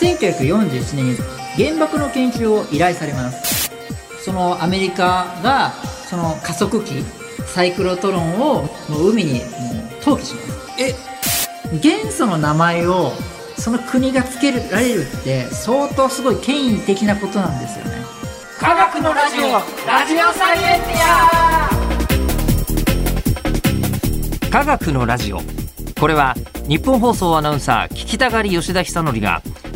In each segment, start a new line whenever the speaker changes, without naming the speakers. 1941年に原爆の研究を依頼されますそのアメリカがその加速器サイクロトロンをもう海にもう投棄します
え
元素の名前をその国が付けられるって相当すごい権威的なことなんですよね科学のラジオラジオサイエンティ
科学のラジオこれは日本放送アナウンサー聞きたがり吉田久典が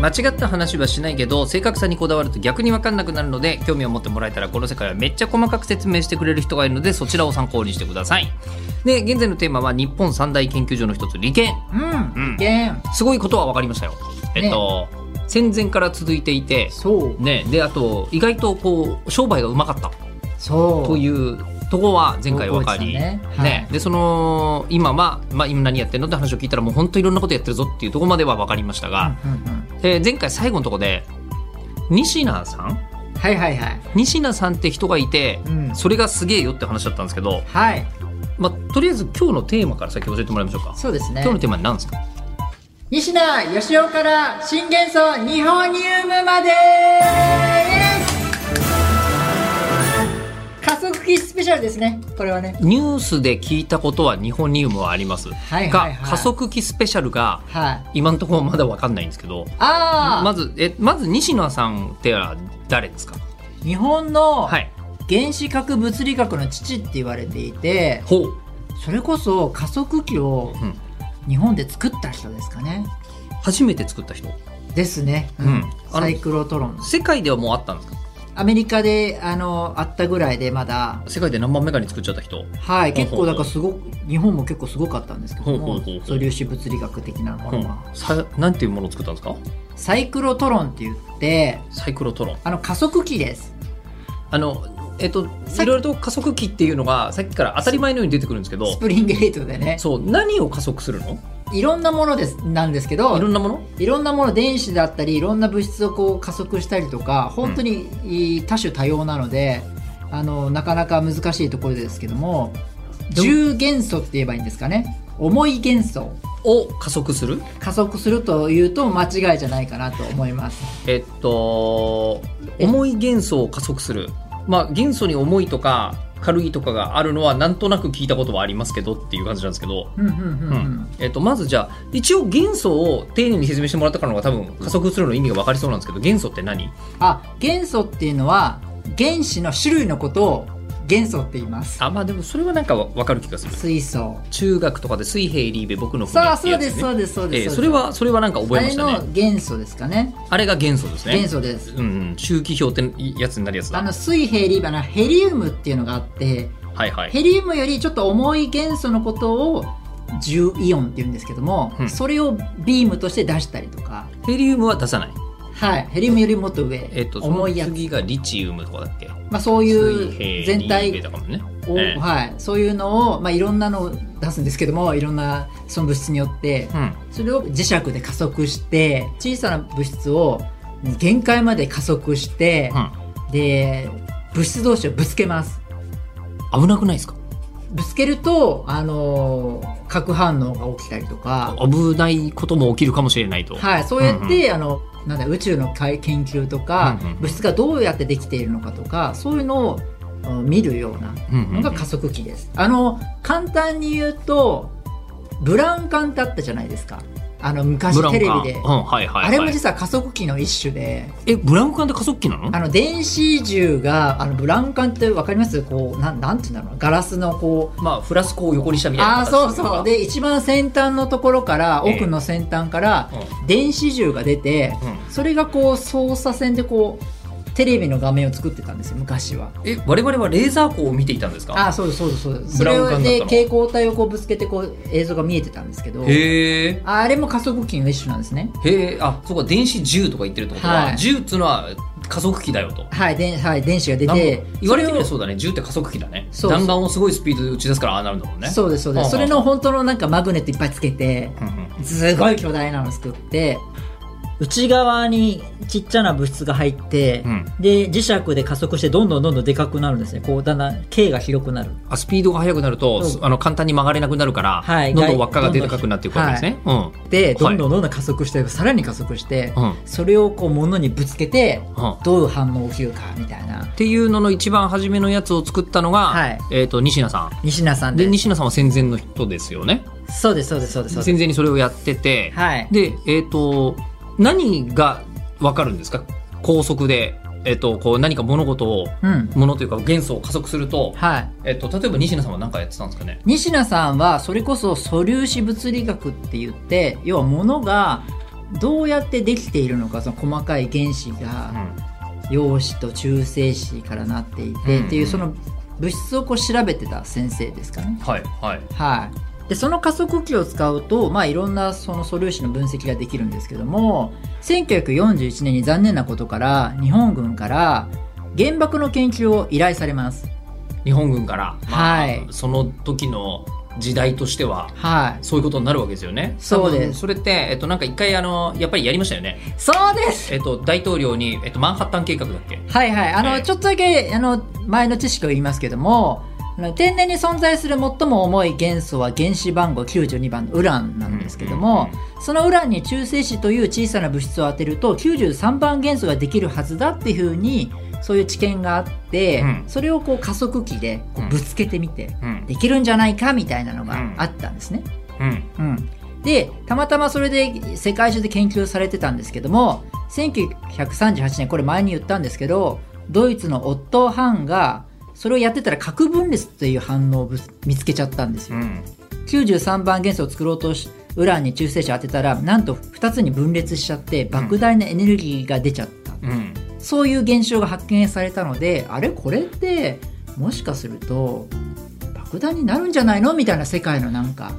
間違った話はしないけど正確さにこだわると逆に分かんなくなるので興味を持ってもらえたらこの世界はめっちゃ細かく説明してくれる人がいるのでそちらを参考にしてくださいで現在のテーマは日本三大研究所の一つ理研
うん、
うん
元
すごいことは分かりましたよえっと、戦前から続いていて
そう
ねであと意外とこう商売がうまかった
そう
というとこは前回分か
覚え
り、
てた
ね
ねはい
でその今は、まあ、今何やってんのって話を聞いたらもう本当いろんなことやってるぞっていうところまでは分かりましたが、
うんうん
えー前回最後のとこで仁科さん
うんはいはいはい
仁科さんって人がいて、
うん
それがすげえよって話だったんですけど、
はい
まあ、とりあえず今日のテーマから先教えてもらいましょうか。
そうですね
今日のテーマは何ですか
西田義雄から新元素日本に生むまで加速器スペシャルですねこれはね
ニュースで聞いたことは日本ニウムはあります、
はいはいはい
が加速器スペシャルが
はい
今のところまだ分かんないんですけど
ああ、
まずえまず西野さんっては誰ですか
日本の
はい
原子核物理学の父って言われていて
ほう
それこそ加速器を
うん
日本で作った人ですかね
初めて作った人、
ですね、
うんあ
サ
の
イクロトロン
世界ではもうあったんですか
アメリカであのあったぐらいでまだ
世界で何番目かに作っちゃった人
はい、
ほう
結
ほうほ
構
う
だからすごく日本も結構すごかったんですけど
ほうほう
も
ほうほう
素粒子物理学的なも
う
の
ん
は、
さなんていうものを作ったんですか
サイクロトロンって言って
サイクロトロン
あの加速器です
あのえっとい
さ
ろいろと加速器っていうのがさっきから当たり前のように出てくるんですけど
スプリングエイトでね
そう何を加速するの
いろんなものですなんですけど
いろんなもの
いろんなもの電子だったりいろんな物質をこう加速したりとか本当にいい多種多様なので、あのなかなか難しいところですけども
ど
重元素って言えばいいんですかね重い元素
を加速する
加速するというと間違いじゃないかなと思います
えっと
え
重い元素を加速するまあ元素に重いとか軽いとかがあるのはなんとなく聞いたことはありますけどっていう感じなんですけど
うんうんうん
う
うんん
えっと、まずじゃあ一応元素を丁寧に説明してもらったからの方が多分加速するの意味が分かりそうなんですけど元素って何
あ元素っていうのは原子の種類のことを元素って言います
あまあでもそれはなんか分かる気がする
水素
中学とかで水平リーベ僕の
さあ
って
そ
や
う
つね
ですそうですそうです、
えーそれはそれはなんか覚
あ
えま
れ
した
の
ね
元素ですかね
あれが元素ですね
元素です
うんうん周期表ってやつになるやつ
あ
だ
の水平リバナヘリウムっていうのがあって
はいはい
ヘリウムよりちょっと重い元素のことを重イオンっていうんですけども、
うん
それをビームとして出したりとか
ヘリウムは出さない
はいヘリウムよりもっと上、
えっとその
重いやつ、
次がリチウムとかだっけ
まあ、そういう
水
全
平リーベ
体
だからね
を
ええ
はい、そういうのを、まあ、いろんなのを出すんですけどもいろんなその物質によって
うん
それを磁石で加速して小さな物質を限界まで加速して、で物質同士をぶつけます
うん危なくないですか
ぶつけると、あのー核反応が起きたりとか、
危ないことも起きるかもしれないと
はい、そうやっ
うん
て、あのなんだ宇宙のかい研究とか、
うんうん
物質がどうやってできているのかとかそういうのをうん見るような
うんうんう
の
ん
が加速器です。あの簡単に言うとブラウン管ってあったじゃないですかあの昔
ブラウン
テレ
管
ビで、
うんはいはいはい、
あれも実は加速器の一種で
えブラウン管って加速器なの
あの電子銃があのブラウン管ってわかりますこうなんなんていうんだろうなガラスのこう
まあフラスコを横にしたみたいな
ああーそうそうで一番先端のところから
ええ
奥の先端から電子銃が出て
うんうん
それがこう操作線でこうテレビの画面を作ってたんですよ昔は。
え我々はレーザー光を見ていたんですか
あそうですそうですそうです
ブ
そ
ラ
れ
ウン管だったの
で蛍光体をこうぶつけてこう映像が見えてたんですけど
へえ
ああれも加速器の一種なんですね
へえあそこは電子銃とか言ってるってことは、
はい
銃っつうのは加速器だよと。
はい、ではい、電子が出
なんか
て、
言われてみれば
そ
そうだね銃って加速器だね
そう
弾丸をすごいスピードで打ち出すからああなるんだもんね
れをそうです、そうで
はあ
す。それの本当のなんかマグネットいっぱいつけて、
うんうん
すごい巨大なの作って、内側にちっちゃな物質が入って、
うん
で、磁石で加速してどんどんどんどんでかくなるんですね。こう、だんだん径が広くなる。
あスピードが速くなると、
そう
あの簡単に曲がれなくなるから、
はい
どんどん輪っかが出てかくなっていくわけですね。
で、ど
はい
んどんどんどん加速して、さらに加速して、
うん、うん、うん。
それをこう物にぶつけて、
っ
どういう反応を起きるかみたいな
ていうのの一番初めのやつを作ったのが、
はい
えっ、と西野さ
西名さん
ん。で
で
西野さんは戦前の人ですよね。
そうですそうですそうですそうです
戦前にそれをやってて、
はい
でえっ、と何がわかるんですか？高速でえっ、とこう何か物事を
うん
物というか元素を加速すると、
はい
えっ、と例えば西野さんは何かやってたんですかね。
西名さんはそれこそ素粒子物理学って言って要は物がどうやってできているのかその細かい原子
うん
が陽子と中性子からなっていて、
うん
っていうその物質をこう調べてた先生ですかね
はいはい。
はい、でその加速器を使うと、まあ、いろんなその素粒子の分析ができるんですけども1941年に残念なことから日本軍から原爆の研究を依頼されます。
日本軍から、まあ
はい
その時の時代としては
はい、
そういうことになるわけですよね。
そうです
多分それって、えっと、なんか一回、あの、やっぱりやりましたよね。
そうです
えっと、大統領に、えっと、マンハッタン計画だっけ
はいはいあ
は
の
い
ちょっとだけあの前の知識を言いますけどもあの天然に存在する最も重い元素は原子番号92番のウランなんですけども、そのウランに中性子という小さな物質を当てると93番元素ができるはずだっていうふうにそういう知見があって、
うん
それをこう加速器でこうぶつけてみて、
うん。
できるんじゃないかみたいなのがあったんですね。
うん。
うん、でたまたまそれで世界中で研究されてたんですけども1938年これ前に言ったんですけどドイツのオットー・ハンがそれをやってたら核分裂という反応をぶつ見つけちゃったんですよ。
うん。
93番元素を作ろうとしウランに中性子を当てたらなんと2つに分裂しちゃって莫大なエネルギーが出ちゃった、
うん。
そういう現象が発見されたのであれこれってもしかすると爆弾になるんじゃないのみたいな世界のなんか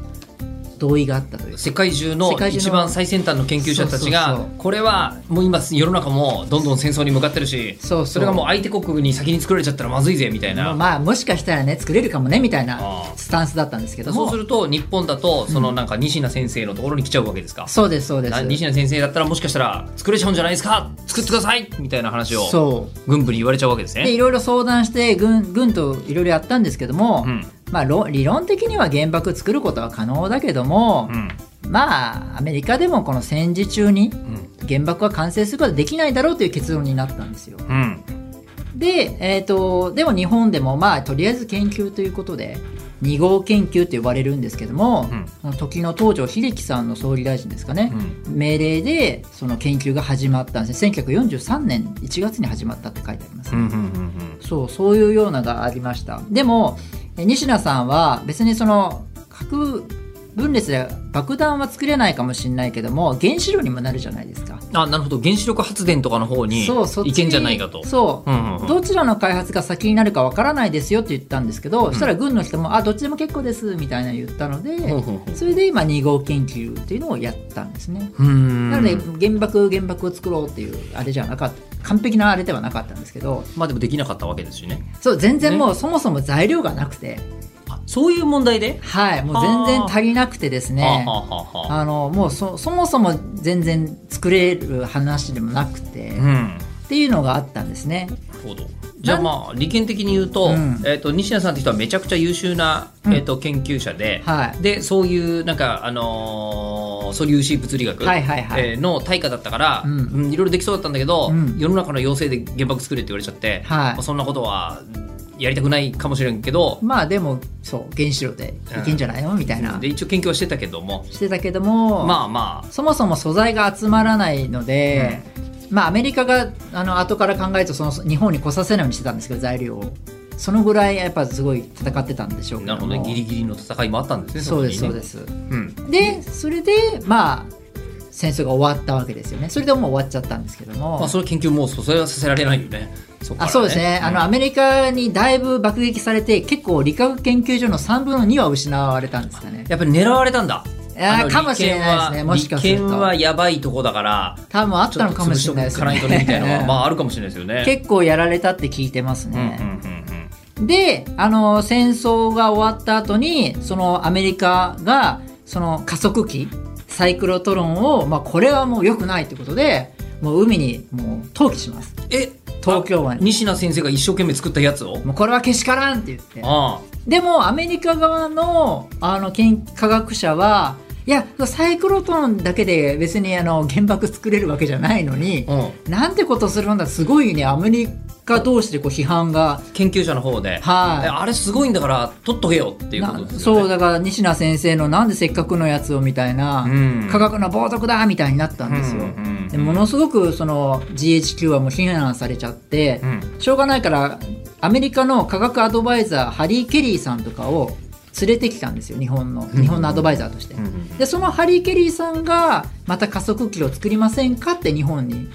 同意があったという
世界中の
世界中の
一番最先端の研究者たちが
そうそうそう
これはもう今世の中もどんどん戦争に向かってるし
そうそう
それがもう相手国に先に作られちゃったらまずいぜみたいな、
まあもしかしたらね作れるかもねみたいな
あー
スタンスだったんですけど
そ
も
うすると日本だとそのなんか西名先生のところに来ちゃうわけですか、
そうですそうで
な
す
西野先生だったらもしかしたら作れちゃうんじゃないですか作ってくださいみたいな話を
そう
軍部に言われちゃうわけです
でい
ね。
ろいろ相談して軍軍といろいろやったんですけども、
うん
まあ、ろ理論的には原爆作ることは可能だけども
う、ん
まあアメリカでもこの戦時中に
うん
原爆は完成することはできないだろうという結論になったんですよ。
うん
で、えー、とでも日本でもまあとりあえず研究ということで2号研究と呼ばれるんですけども、
うん
その時の東条英機さんの総理大臣ですかね、命令でその研究が始まったんですね1943年1月に始まったって書いてあります、
うんうんうん
そうそういうようながありましたでもえ西名さんは別にその核分裂で爆弾は作れないかもしれないけども原子炉にもなるじゃないですか
うんあなるほど原子力発電とかの方に
そうそっち
いけんじゃないかと。
そう、
うんうんうん
どちらの開発が先になるかわからないですよって言ったんですけど、そしたら軍の人も「あどっちでも結構です」みたいなの言ったので、
ほうほうほう
それで今2号研究っていうのをやったんですね。
うん
なので原爆原爆を作ろうっていうあれじゃなかった完璧なあれではなかったんですけど
まあでもできなかったわけですしね。
そう全然もうそもそも材料がなくて、
あそういう問題で、
はいもう全然足りなくてですね
はあはあはあ
あのもうそそもそも全然作れる話でもなくて、
う
っ
ん
ていうのがあったんですね。
なるほどじゃあまあ利権的に言う
う
と,、
ん
えっと西野さんって人はめちゃくちゃ優秀な、
うん
えっと研究者で、
はい
でそういうなんかあのー素粒子物理学、
はいはいはい
えーの対価だったから、う
うんん
いろいろできそうだったんだけど、
うん
世の中の要請で原爆作れって言われちゃって、
はい
まあそんなことはやりたくないかもしれんけど、
まあでもそう原子炉でいけんじゃないのみたいな
で一応研究はしてたけども
してたけども、
まあまあ
そもそも素材が集まらないので、まあアメリカがあの後から考えるとその日本に来させないようにしてたんですけど材料をそのぐらいやっぱすごい戦ってたんでしょうけ
な
ど
る
も
ほどねギリギリの戦いもあったんですね、
そうですそうですす
うん
でそれでまあ戦争が終わったわけですよねそれでもう終わっちゃったんですけども、
まあ、その研究もうそれはさせられないよねそっから
あそうですね、あのアメリカにだいぶ爆撃されて結構理化学研究所の3分の2は失われたんですかね
やっぱり狙われたんだ
いやーかもしれないですねもしかすると
利権はやばいとこだから
多分あったのかもしれないです
ちょっと潰しとかないとねみたいなのはま
ね
ああるかもしれないですよね
結構やられたって聞いてます
うんうん
ね、
うん
であの戦争が終わった後にそのアメリカがその加速器サイクロトロンを、まあ、これはもう良くないということでもう海にもう投棄します
うんえ
東京湾に
西名先生が一生懸命作ったやつを
もうこれはけしからんって言って
あ
でもアメリカ側のあの研科学者はいやサイクロトンだけで別にあの原爆作れるわけじゃないのに
あ、うん、
なんてことするんだすごいねアメリカ同士でこう批判が
研究者の方で、
はい
えあれすごいんだから取っとけよっていうこと
な
ですよね
そうだから西名先生のなんでせっかくのやつをみたいな、
うん
科学の冒涜だみたいになったんですよ、
うんうん
でものすごくその GHQ はもう非難されちゃって、
うん
しょうがないからアメリカの科学アドバイザーハリー・ケリーさんとかを連れてきたんですよ日本の
ん
日本のアドバイザーとして、
うんうん
でそのハリー・ケリーさんがまた加速器を作りませんかって日本に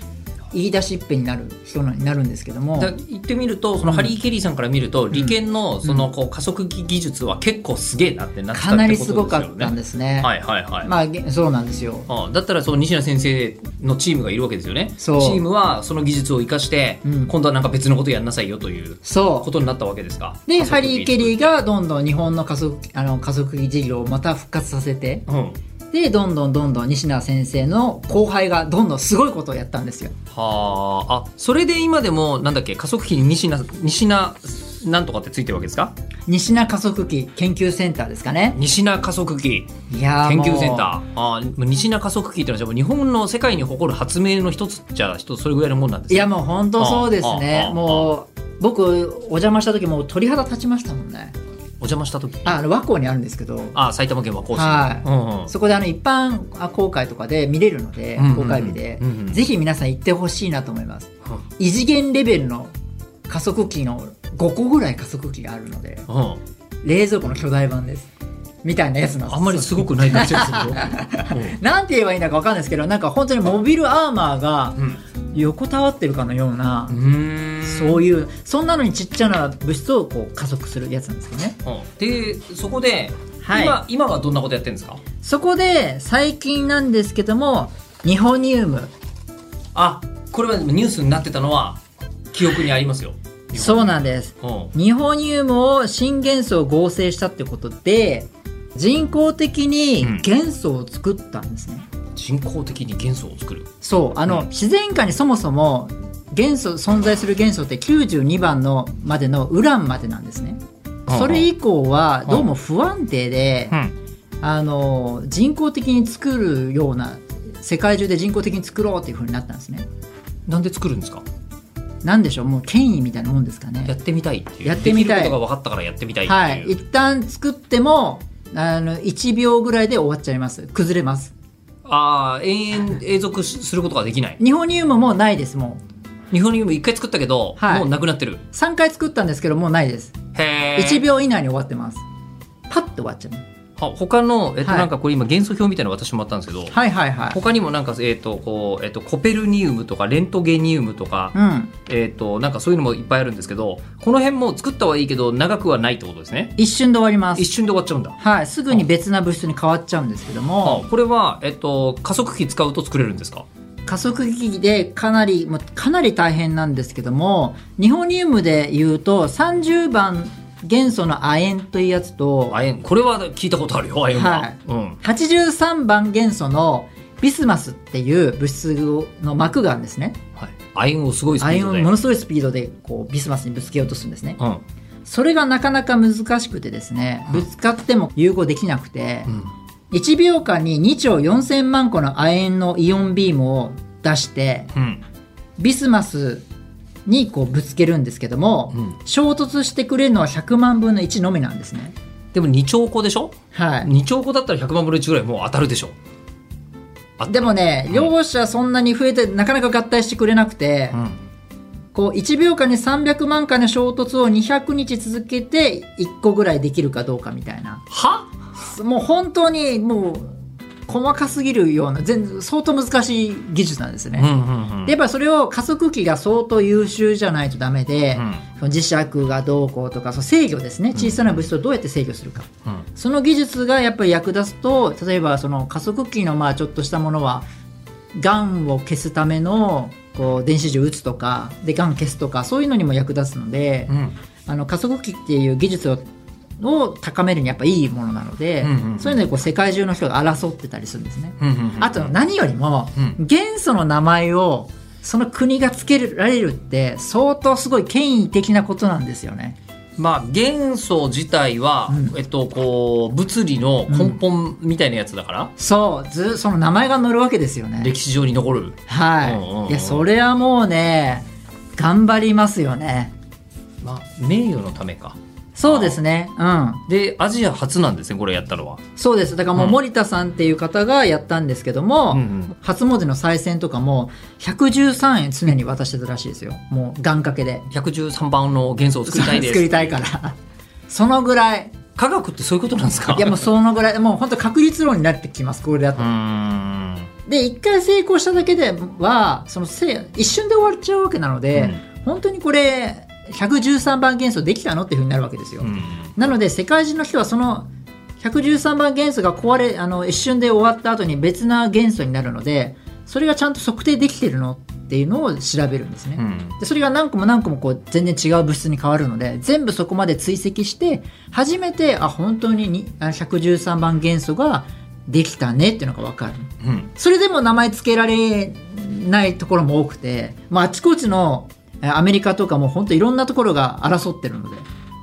言い出しっぺになる人になるんですけども
だ言ってみるとそのハリー・ケリーさんから見ると、利権のそのこう加速器技術は結構すげえなってなってた
か
っ
な
て
り
こ
すご
と
か
ですよね。
ったんですね
はいはいはい。
まあげそうなんですよ
ああだったらその西名先生のチームがいるわけですよね。チ
そう
ームはその技術を生かして、
うん
今度はなんか別のことやんなさいよという
そう
ことになったわけですか。
で、ハリー・ケリ
ー。
ーがどんどん日本の加速あの加速器事業をまた復活させて、
うん。は
で、どんどんどんどん西名先生の後輩がどんどんすごいことをやったんですよ。
ああそれで今でもなんだっけ加速器に西名西名なんとかってついてるわけですか
西名加速器研究センターですかね。
西名加速器
いやー
研
もう
究センターあー西名加速器ってのはじゃあもう日本の世界に誇る発明の一つじゃ一つそれぐらいのもんなんです
いや、
も
もう本当そうです
ああ
ね
あ。
もう、僕、お邪魔した時もう鳥肌立ちましたもんね。
お邪魔した時
あ、あの和光にあるんですけど、
あー埼玉県和光市
はい
うんうん
そこであの一般公開とかで見れるので
うんうん、
公開日で
うんうん、
ぜひ皆さん行ってほしいなと思います。異次元レベルの加速器の5個ぐらい加速器があるので
うん
冷蔵庫の巨大版ですみたいなやつなんです
あんまりすごくない感じがするよ。
なんて言えばいいんだかわかんないですけどなんか本当にモビルアーマーが
うん
横たわってるかのような、
うん
そういうそんなのにちっちゃな物質をこう加速するやつなんですよね
うんでそこで、
はい
今今はどんなことやってるんですか
そこで最近なんですけどもニホニウム
あこれはでもニュースになってたのは記憶にありますよ。
そうなんです
うん
ニホニウムを新元素を合成したってことで人工的に元素を作ったんですね、
人工的に元素を作る。
そうあの、
うん
自然界にそもそも元素存在する元素って92番のまでのウランまでなんですね。
うん
それ以降はどうも不安定で、あの人工的に作るような世界中で人工的に作ろうっていう風になったんですね。
なんで作るんですか
なんでしょうもう権威みたいなもんですか
や
ね。
ってみたいっていう
やってみたい
できることが分かったからやってみたいっていう。
はい、一旦作ってもあの1秒ぐらいで終わっちゃいます崩れます
ああ永遠永続しすることができない。
ニホニウムもうないですもう
日本にも一回作ったけど、
はい
もうなくなってる。
3回作ったんですけどもうないです
へえ。
1秒以内に終わってますパッと終わっちゃう
は他のえっと、
はい
なんかこれ今元素表みたいなの私もらったんですけど。
はいはいはい
他にもなんか、えーとこうえー、とコペルニウムとかレントゲニウムとか、
うん、
えー、となんかそういうのもいっぱいあるんですけどこの辺も作ったはいいけど長くはないってことですね
一瞬で終わりま
一
す。
瞬で終わっちゃうんだ、
はい、すぐに別な物質に変わっちゃうんですけども、
あこれは、えー、と加速器使うと作れるんですか
加速器でかなり、もうかなり大変なんですけども、ニホニウムで言うと、30番元素の亜鉛というやつと、
亜鉛これは聞いたことあるよ亜鉛は、
はい
うん、
83番元素のビスマスっていう物質の膜があるんですね。
はい、亜鉛をすごいスピ
亜
ー
鉛
ド
を
で
ものすごいスピードでこうビスマスにぶつけようとするんですね。
うん
それがなかなか難しくてですね、ぶつかっても融合できなくて、
うん
1秒間に2兆4000万個の亜鉛のイオンビームを出して
うん
ビスマスにこうぶつけるんですけども、
うん
衝突してくれるのは100万分の1のみなんですね
でも2兆個でしょ
はい
2兆個だったら100万分の1ぐらいもう当たるでしょあ
でもね、
うん
両者そんなに増えてなかなか合体してくれなくて、
うん
こう1秒間に300万回の衝突を200日続けて1個ぐらいできるかどうかみたいな
は
もう本当にもう細かすぎるような全相当難しい技術なんですね。
うんうんうん
でやっぱそれを加速器が相当優秀じゃないとダメで、
うん
その磁石がどうこうとかその制御ですね小さな物質をどうやって制御するか、
うん
その技術がやっぱり役立つと例えばその加速器のまあちょっとしたものはがんを消すためのこう電子銃打つとかでがん消すとかそういうのにも役立つので、
うん
あの加速器っていう技術をを高めるにやっぱいいものなので、
うんうんうん
そういうのでこう世界中の人が争ってたりするんですね。
うんうんうん
あと何よりも、
う
元素の名前をその国が付けられるって相当すごい権威的なことなんですよね。
まあ元素自体は、
う
えっとこう物理の根本みたいなやつだから、
そう、ずその名前が載るわけですよね。
歴史上に残る
はい、
うんうんうん
いやそれはもうね、頑張りますよね。
まあ名誉のためか
そうですね。うん。
でアジア初なんですねこれやったのは
そうです。だからもう
うん
森田さんっていう方がやったんですけども、
うんうん
初詣の再選とかも113円常に渡してたらしいですよ。もう願掛けで。
113番の元 素を作りたいです
作りたいから。そのぐらい。
科学ってそういうことなんですか
いやもうそのぐらい。もう本当確率論になってきます。これだ
う
と。
ーん
で、一回成功しただけでは、そのせ一瞬で終わっちゃうわけなので、本当にこれ、113番元素できたのっていうふうになるわけですよ。
うんうん
なので世界中の人はその113番元素が壊れあの一瞬で終わった後に別な元素になるのでそれがちゃんと測定できてるのっていうのを調べるんですね。
うん
でそれが何個も何個もこう全然違う物質に変わるので全部そこまで追跡して初めてあ本当ににあ113番元素ができたねっていうのが分かる。
うん
それでも名前付けられないところも多くて、まあ、あちこちのえーアメリカとかも本当いろんなところが争ってるので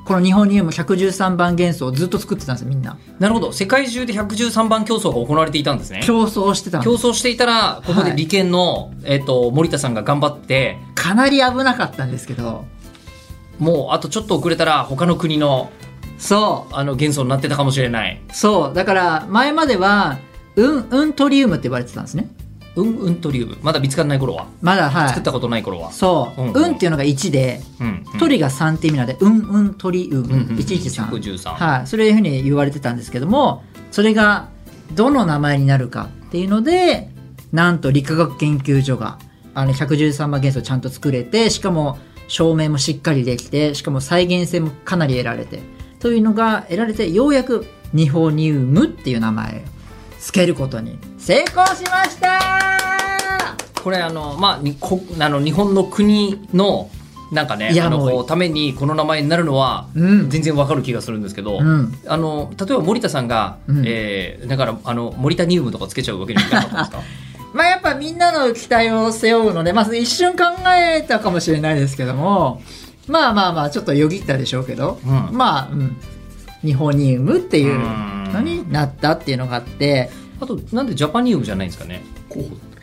この日本にも113番元素をずっと作ってたんですよみんな
なるほど世界中で113番競争が行われていたんですね
競争してたん
競
で
争していたらここで理研の、えっと森田さんが頑張って
かなり危なかったんですけど
もうあとちょっと遅れたら他の国の
そ
あの元素になってたかもしれないう
そうだから前まではウンウントリウムって言われてたんですね
うんうんトリウムまだ見つからない頃は
まだは
作っ
い
たことない頃は、
そう、
うん
ウ
うん
ンっていうのが1で
うんうん
トリが3って意味なので、うんうんトリウム、
うんうん
113。
113
はい。それいうふうに言われてたんですけども、それがどの名前になるかっていうので、なんと理化学研究所が、あの、113番元素をちゃんと作れて、しかも証明もしっかりできて、しかも再現性もかなり得られて、というのが得られて、ようやくニホニウムっていう名前を付けることに成功しました
これあのまあにこあの日本の国のなんかね
いや
あの
もう
こうためにこの名前になるのは
うん。
全然わかる気がするんですけど、
うん。
あの例えば森田さんが、
うん
えーだからあの森田ニウムとかつけちゃうわけにはいかなかったん ですか
まあやっぱみんなの期待を背負うので、まあ一瞬考えたかもしれないですけども、まあまあまあ、ちょっとよぎったでしょうけど、
うん
まあ、うん、ニホニウムっていう
うん
のになったっていうのがあって、
あとなんでジャパニウムじゃないんですかね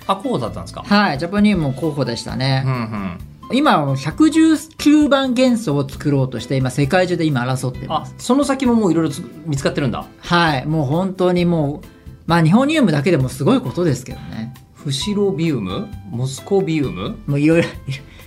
あ候補だったんですか、
はい、ジャパニウムも候補でした
うんう
ね。
ん、
今はもう119番元素を作ろうとして、今世界中で今争ってま
あ
す。
その先ももういろいろつ見つかってるんだ
はい、もう本当にもう、まあニホニウムだけでもすごいことですけどね。
フシロビウムモスコビウム
もういろいろ、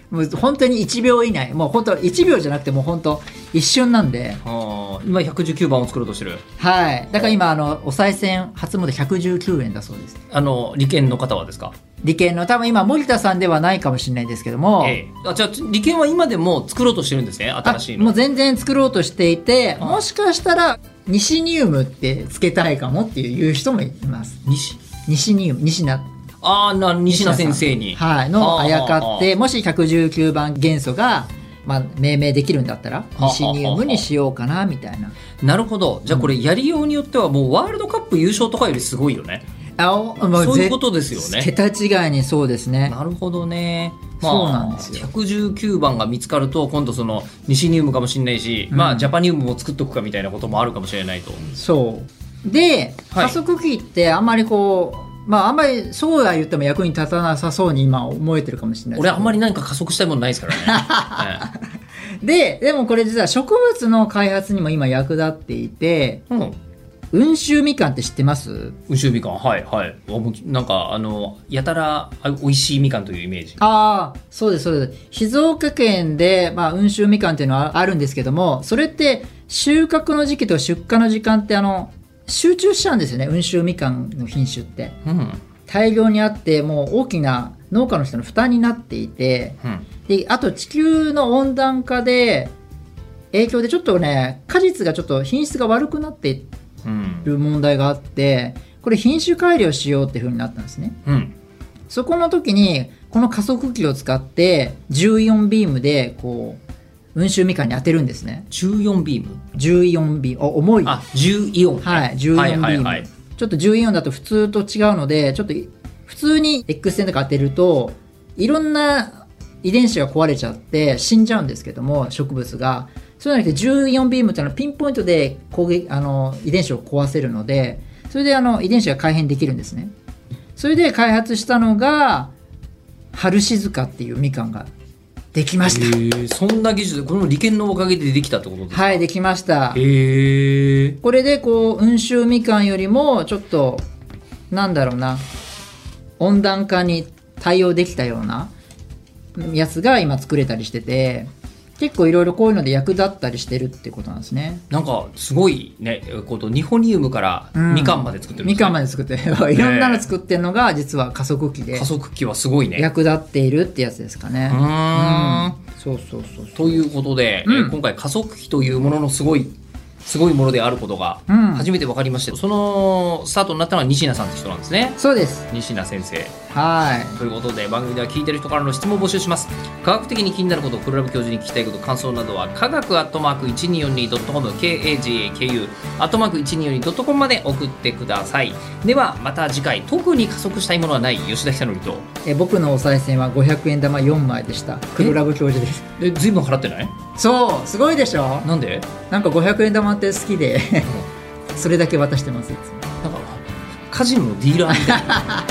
もう本当に1秒以内、もう本当1秒じゃなくてもう本当一瞬なんで、
あー今119番を作ろうとしてる
はい。だから今、あの、お賽銭初詣119円だそうです。
あの利権の方はですか
理研の、多分今、森田さんではないかもしれないですけども、
ええ、あじゃあ利権は今でも作ろうとしてるんですね
あ
新しい
もう
の
全然作ろうとしていて、
はい
もしかしたら、西ニウムって付けたいかもっていう人もいます。
西
西ニウム、西名。
ああな西名先生に
西名さんはい。の、あやかって、もし119番元素が、まあ、命名できるんだったら、
あ
西ニウムにしようかな、みたいな。
なるほどじゃあこれやりようによってはもうワールドカップ優勝とかよりすごいよね
あ、おも
そういう
ぜ
ことですよね
桁違いにそうですね。
なるほどね、
そうなんですよ
119番が見つかると今度その西ニウムかもしれないし、
うん
まあジャパニウムも作っとくかみたいなこともあるかもしれないと
そうで
はい
加速器ってあんまりこうまああんまりそうは言っても役に立たなさそうに今思えてるかもしれない
俺あんま
り
り何か加速したいものないですから ね、
ででもこれ実は植物の開発にも今役立っていて
ええうん
温州みかんって知ってます
宇宙みかんはいはいあもうなんかあのやたらあ美味しいみかんというイメージ
ああそうですそうです静岡県で、まあ、温州みかんっていうのはああるんですけどもそれって収穫の時期と出荷の時間ってあの集中しちゃうんですよね温州みかんの品種って
うん
大量にあってもう大きな農家の人の負担になっていて
うん
であと地球の温暖化で影響でちょっとね果実がちょっと品質が悪くなってい
うん
る問題があってこれ品種改良しようっていう風になったんですね
うん
そこの時にこの加速器を使って10イオンビームでこう温州みかんに当てるんですね
14ビーム
10イオンビームお重い
あ10イオン
はい、14ビーム、
はいはいはい
ちょっと14だと普通と違うのでちょっとい普通に X 線とか当てるといろんな遺伝子が壊れちゃって死んじゃうんですけども植物がそうじゃなくて14ビームっていうのはピンポイントで攻撃あの遺伝子を壊せるのでそれであの遺伝子が改変できるんですねそれで開発したのが春静かっていうみかんができました、
へえそんな技術これも利権のおかげでできたってことですか
はいできました
へえ
これでこう温州みかんよりもちょっとなんだろうな温暖化に対応できたようなやつが今作れたりしてて結構いろいろこういうので役立ったりしてるってことなんですね。
なんかすごいねことニホニウムから
うん
みかんまで作ってるんで
み
すね
かんまで作って いろんなの作ってるのが実は加速器で
加速器はすごいね
役立っているってやつですかね
う。ーん
そうそうそうそう。
ということで、
うん
えー今回加速器というもののすごいすごいものであることが
うん
初めて分かりまして、そのスタートになったのは西名さんって人なんですね
そうです。
西名先生
はい。
ということで番組では聞いてる人からの質問を募集します科学的に気になること黒ラブ教授に聞きたいこと感想などは科学アットマーク 1242.com KAGAKU アットマーク 1242.com まで送ってくださいではまた次回特に加速したいものはない吉田久典と
え僕のお賽銭は500円玉4枚でした。黒ラブ教授です。
え随分払ってない
そうすごいでしょ
なんで
なんか500円玉って好きで それだけ渡してますいつも
なんかカジノのディーラーみたいな